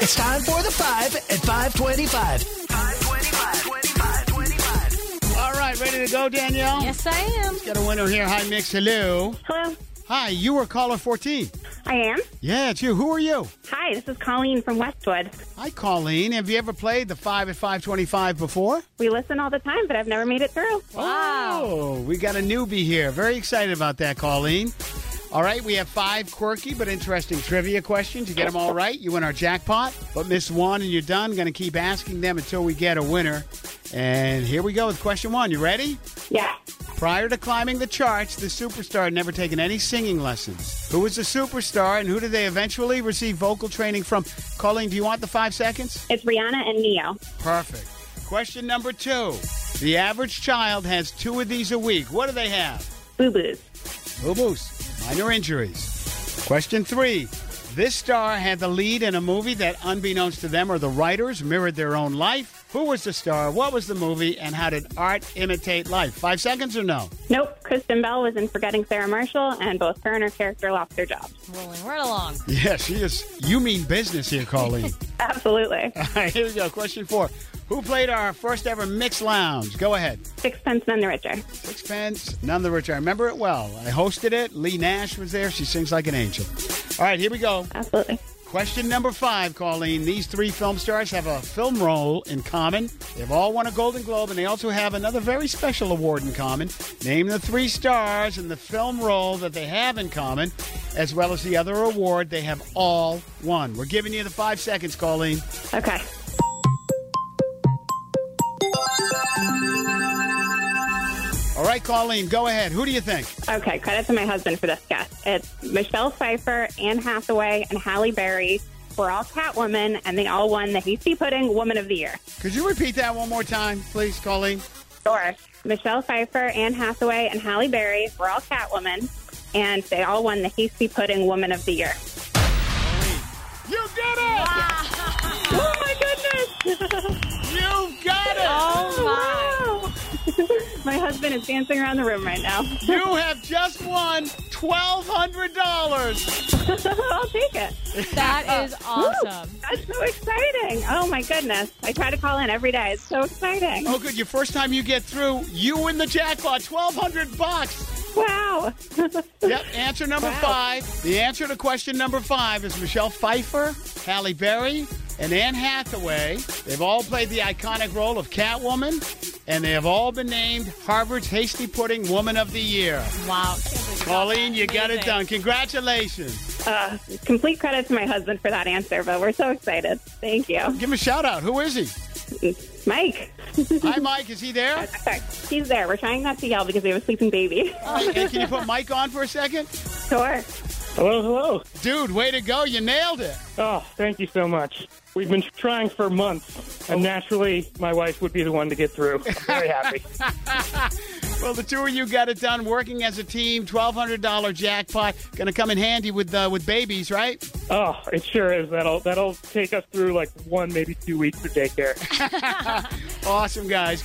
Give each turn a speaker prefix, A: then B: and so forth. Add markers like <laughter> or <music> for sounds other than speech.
A: It's time for the five at 525. 525.
B: All right, ready to go, Danielle?
C: Yes, I am.
B: Got a winner here. Hi, Mix. Hello.
D: Hello,
B: Hi, you were caller 14.
D: I am.
B: Yeah, it's you. Who are you?
D: Hi, this is Colleen from Westwood.
B: Hi, Colleen. Have you ever played the 5 at 525 before?
D: We listen all the time, but I've never made it through.
C: Wow.
B: Oh, we got a newbie here. Very excited about that, Colleen. All right, we have five quirky but interesting trivia questions. You get them all right, you win our jackpot. But miss one and you're done. Going to keep asking them until we get a winner. And here we go with question one. You ready?
D: Yeah.
B: Prior to climbing the charts, the superstar had never taken any singing lessons. Who was the superstar and who did they eventually receive vocal training from? Colleen, do you want the five seconds?
D: It's Rihanna and Neo.
B: Perfect. Question number two. The average child has two of these a week. What do they have?
D: Boo Boos.
B: Boo boos, minor injuries. Question three. This star had the lead in a movie that, unbeknownst to them or the writers, mirrored their own life. Who was the star? What was the movie? And how did art imitate life? Five seconds or no?
D: Nope. Kristen Bell was in Forgetting Sarah Marshall, and both her and her character lost their jobs.
C: Rolling right along.
B: Yeah, she is. You mean business here, Colleen.
C: <laughs>
D: Absolutely.
B: All right, here we go. Question four. Who played our first ever mixed lounge? Go ahead.
D: Sixpence None the Richer.
B: Sixpence, none the richer. I remember it well. I hosted it. Lee Nash was there. She sings like an angel. All right, here we go.
D: Absolutely.
B: Question number five, Colleen. These three film stars have a film role in common. They've all won a Golden Globe, and they also have another very special award in common. Name the three stars and the film role that they have in common, as well as the other award they have all won. We're giving you the five seconds, Colleen.
D: Okay.
B: All right, Colleen, go ahead. Who do you think?
D: Okay. Credit to my husband for this guess. It's Michelle Pfeiffer, Anne Hathaway, and Halle Berry. We're all Catwoman, and they all won the Hasty Pudding Woman of the Year.
B: Could you repeat that one more time, please, Colleen?
D: Sure. Michelle Pfeiffer, Anne Hathaway, and Halle Berry were all Catwoman, and they all won the Hasty Pudding Woman of the Year.
B: You did it!
D: <laughs> Oh my goodness!
B: You got it!
D: <laughs> wow! my husband is dancing around the room right now. <laughs>
B: You have just won twelve hundred dollars.
D: I'll take it.
C: That is awesome.
D: That's so exciting! Oh my goodness! I try to call in every day. It's so exciting!
B: Oh, good! Your first time you get through, you win the jackpot, twelve hundred bucks.
D: Wow!
B: Yep. Answer number
D: Wow.
B: five. The answer to question number five is Michelle Pfeiffer, Halle Berry, and Anne Hathaway. They've all played the iconic role of Catwoman, and they have all been named Harvard's Hasty Pudding Woman of the Year.
C: Wow. Can't believe
B: Colleen, you got it
C: Amazing.
B: done. Congratulations.
D: Uh, complete credit to my husband for that answer, but we're so excited. Thank you,
B: Give him a shout out. Who is he?
D: Mike.
B: Hi, Mike. Is he there?
D: Sorry, he's there. We're trying not to yell because we have a sleeping baby.
B: Hey, can you put Mike on for a second?
D: Sure.
E: Hello, hello.
B: Dude, way to go. You nailed it.
E: Oh, thank you so much. We've been trying for months, and naturally, my wife would be the one to get through. Very happy.
B: Well, the two of you got it done working as a team. $1,200 jackpot. Going to come in handy with uh, with babies, right?
E: Oh, it sure is. That'll that'll take us through like one, maybe two weeks for daycare.
B: Awesome, guys.